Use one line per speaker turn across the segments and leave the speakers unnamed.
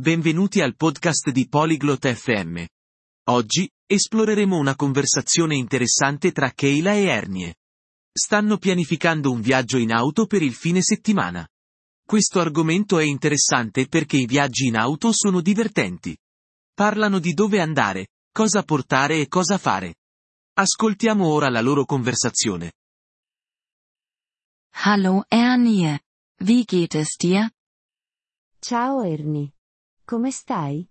Benvenuti al podcast di Polyglot FM. Oggi, esploreremo una conversazione interessante tra Keila e Ernie. Stanno pianificando un viaggio in auto per il fine settimana. Questo argomento è interessante perché i viaggi in auto sono divertenti. Parlano di dove andare, cosa portare e cosa fare. Ascoltiamo ora la loro conversazione.
Hallo Ernie. Wie geht es dir?
Ciao Ernie. Come stai?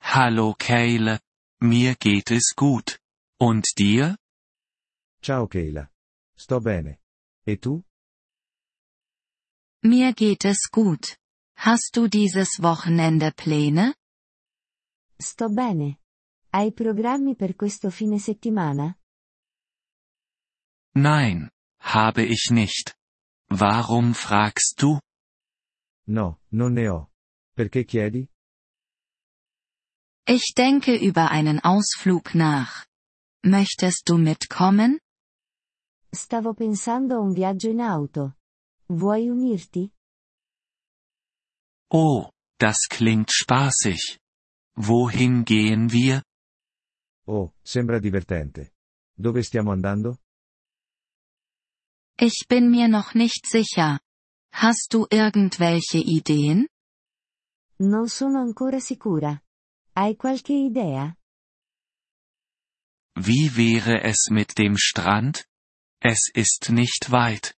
Hallo Keile. Mir geht es gut. Und dir?
Ciao Keila. Sto bene. E tu?
Mir geht es gut. Hast du dieses Wochenende Pläne?
Sto bene. Hai programmi per questo fine settimana?
Nein, habe ich nicht. Warum fragst du?
No, non ne ho. Perché chiedi?
Ich denke über einen Ausflug nach. Möchtest du mitkommen?
Stavo pensando a un viaggio in auto. Vuoi unirti?
Oh, das klingt spaßig. Wohin gehen wir?
Oh, sembra divertente. Dove stiamo andando?
Ich bin mir noch nicht sicher. Hast du irgendwelche Ideen?
Non sono ancora sicura. Hai qualche idea?
Wie wäre es mit dem Strand? Es ist nicht weit.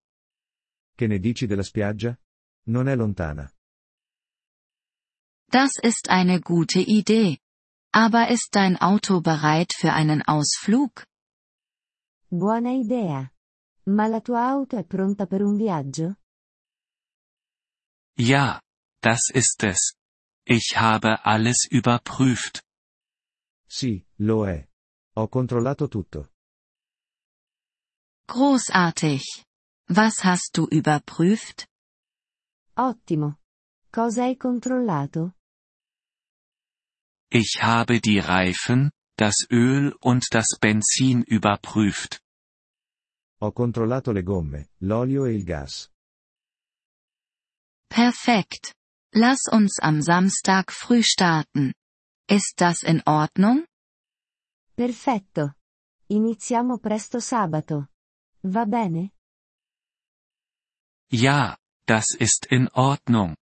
Che ne dici della spiaggia? Non è lontana.
Das ist eine gute Idee. Aber ist dein Auto bereit für einen Ausflug?
Buona idea. Ma la tua auto è pronta per un viaggio?
Ja, das ist es. Ich habe alles überprüft.
Sì, lo è. Ho controllato tutto.
Großartig. Was hast du überprüft?
Ottimo. Cosa hai controllato?
Ich habe die Reifen, das Öl und das Benzin überprüft.
Ho controllato le gomme, l'olio e il gas.
Perfekt. Lass uns am Samstag früh starten. Ist das in Ordnung?
Perfetto. Iniziamo presto sabato. Va bene?
Ja, das ist in Ordnung.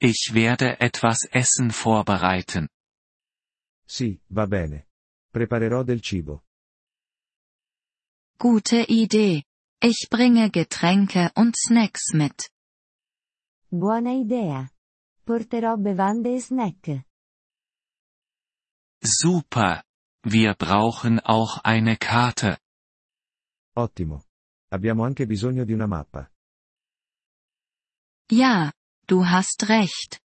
Ich werde etwas Essen vorbereiten.
Sì, va bene. Preparerò del cibo.
Gute Idee. Ich bringe Getränke und Snacks mit.
Buona idea. Porterò bevande e snack.
Super. Wir brauchen auch eine Karte.
Ottimo. Abbiamo anche bisogno di una mappa.
Ja, du hast recht.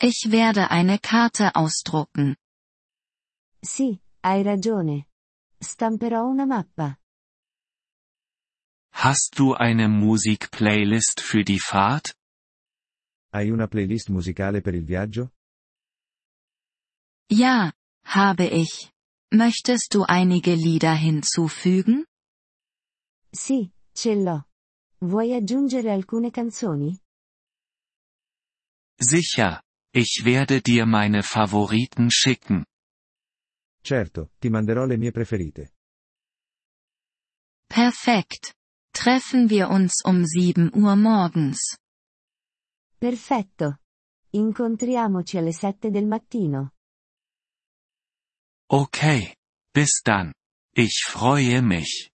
Ich werde eine Karte ausdrucken.
Sì, hai ragione. Stamperò una mappa.
Hast du eine Musikplaylist für die Fahrt?
Hai una playlist musicale per il viaggio?
Ja, habe ich. Möchtest du einige Lieder hinzufügen?
Sì, ce l'ho. Vuoi aggiungere alcune canzoni?
Sicher. Ich werde dir meine Favoriten schicken.
Certo, ti manderò le mie preferite.
Perfekt. Treffen wir uns um 7 Uhr morgens.
Perfetto. Incontriamoci alle 7 del mattino.
Okay. Bis dann. Ich freue mich.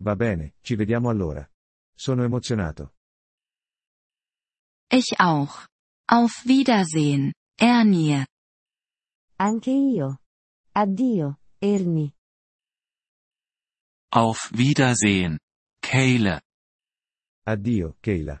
Va bene, ci vediamo allora. Sono emozionato.
Ich auch. Auf Wiedersehen, Ernie.
Anche io. Addio, Ernie.
Auf Wiedersehen. Keile.
Addio, Keila.